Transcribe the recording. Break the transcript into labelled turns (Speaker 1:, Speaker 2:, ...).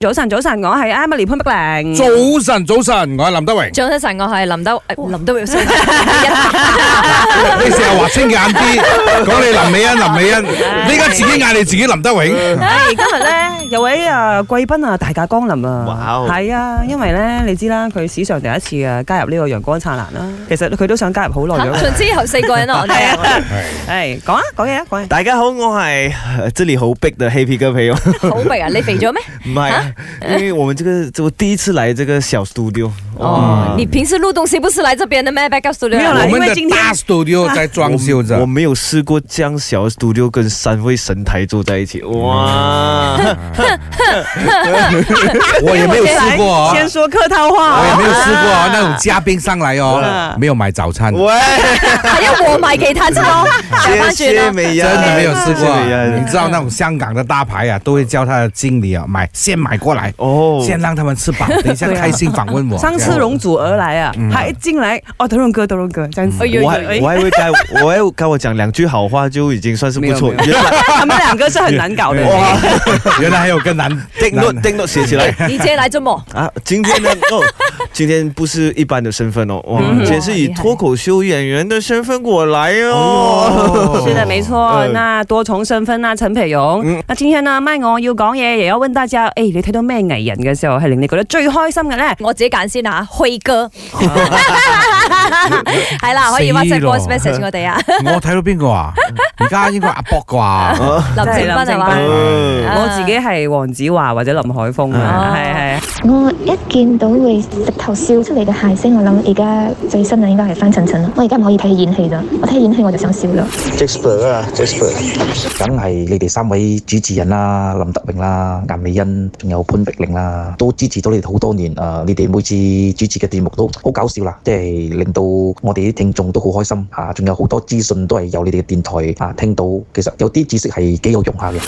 Speaker 1: 早晨，早晨，我係 Emily 潘碧玲。
Speaker 2: 早晨，早晨，我係林德榮。
Speaker 3: 早晨，我係林德誒林德榮，
Speaker 2: 你成日話清眼啲， 講你林美欣，林美欣，你而家自己嗌你自己林德榮。
Speaker 1: 係哎今日咧有位啊貴賓啊大駕光臨
Speaker 4: 哇
Speaker 1: 啊
Speaker 4: 哦，
Speaker 1: 係啊，因為咧你知啦，佢史上第一次啊加入呢個陽光燦爛 啦。其實佢都想加入好耐咗㗎。
Speaker 3: 從之後四個人啊 我哋
Speaker 1: 係講啊，講嘢啊，講嘢。
Speaker 4: 大家好，我係呃这里好逼的黑皮哥朋友， 唔
Speaker 3: 好肥啊！你肥 咗咩？
Speaker 4: 係啊，因為我們這個我第一次來這個小 studio，
Speaker 3: 哦，你平時錄東西不是來這邊的咩？Backup studio
Speaker 1: 沒有啦
Speaker 2: 我
Speaker 1: 因
Speaker 2: 們
Speaker 1: 為
Speaker 2: 的
Speaker 1: 今天啊
Speaker 2: 大 studio 在裝修
Speaker 4: 我我
Speaker 2: 着，
Speaker 4: 沒有試過這樣小的 studio 跟三位神台坐在一起，哇！
Speaker 2: 嗯我也沒有試過哦，
Speaker 1: 先說客套話
Speaker 2: 我也
Speaker 1: 啊。
Speaker 2: 沒有試過哦那種嘉賓上來哦
Speaker 1: 啊，
Speaker 2: 沒有買早餐，
Speaker 4: 喂，
Speaker 3: 係因為我賣其他啫 咯，調翻
Speaker 4: 謝謝
Speaker 3: 轉咯。
Speaker 4: 美
Speaker 2: 真
Speaker 4: 人，
Speaker 2: 的沒有試過
Speaker 4: 謝謝美
Speaker 2: 啊。你
Speaker 4: 人
Speaker 2: 知道那種香港的大牌啊，都會叫他的經理啊買，先買過來，
Speaker 4: 哦，
Speaker 2: 先讓他們吃 飽，等一下
Speaker 1: 對啊
Speaker 2: 開心訪問 我。
Speaker 1: 上次
Speaker 2: 這樣
Speaker 1: 容祖兒來啊，
Speaker 2: 嗯
Speaker 1: 他一進來，哦，德榮哥，德榮哥，這樣子。
Speaker 3: 哎呦
Speaker 4: 我還我還會跟 我還跟我講兩句好話就已經算是不錯
Speaker 2: 沒有，
Speaker 1: 哎他們兩個是很難搞的。
Speaker 2: 哇，原來還有更難。
Speaker 4: 定諾定諾寫起來。
Speaker 3: 你姐來做麼？
Speaker 4: 啊，今天 呢？哦，今天不是一般的身份哦，哇，
Speaker 1: 嗯
Speaker 4: 今天是以脱口秀演员的身份过来哦。
Speaker 1: 是的，没错。
Speaker 4: 呃
Speaker 1: 那多重身份啊，陳培勇。那今天呢，咪我要講嘢，也要問大家，誒、哎你睇到咩藝人嘅時候係令你覺得最開心嘅咧？
Speaker 3: 我自己揀先啊，輝哥。 係啦，可以 WhatsApp voice message 我哋啊，
Speaker 2: 我睇到邊個啊？而家應該阿博 啩。
Speaker 3: 林正斌 係
Speaker 1: 真係林正
Speaker 3: 嘛
Speaker 1: 斌？
Speaker 4: 嗯
Speaker 3: 啊
Speaker 1: 我自己係黃子華或者林海峰啊，
Speaker 3: 哦
Speaker 1: 係係。
Speaker 5: 我一見到會直頭笑出嚟嘅諧星，我諗而家最新啊嘅應該係翻陳陳啦。我而家唔可以睇演戲啦，我睇演戲我就想笑啦。
Speaker 6: Jasper 啊，Jasper，梗係你哋三位主持人啦，林德榮啦、顏美欣，仲有潘碧玲啦，都支持咗你哋好多年。誒、啊你哋每次主持嘅節目都好搞笑啦，即係令到我哋啲聽眾都好啊開心嚇，仲、有好多資訊都係由你哋嘅電台啊聽到，其實有啲知識係幾有用下嘅。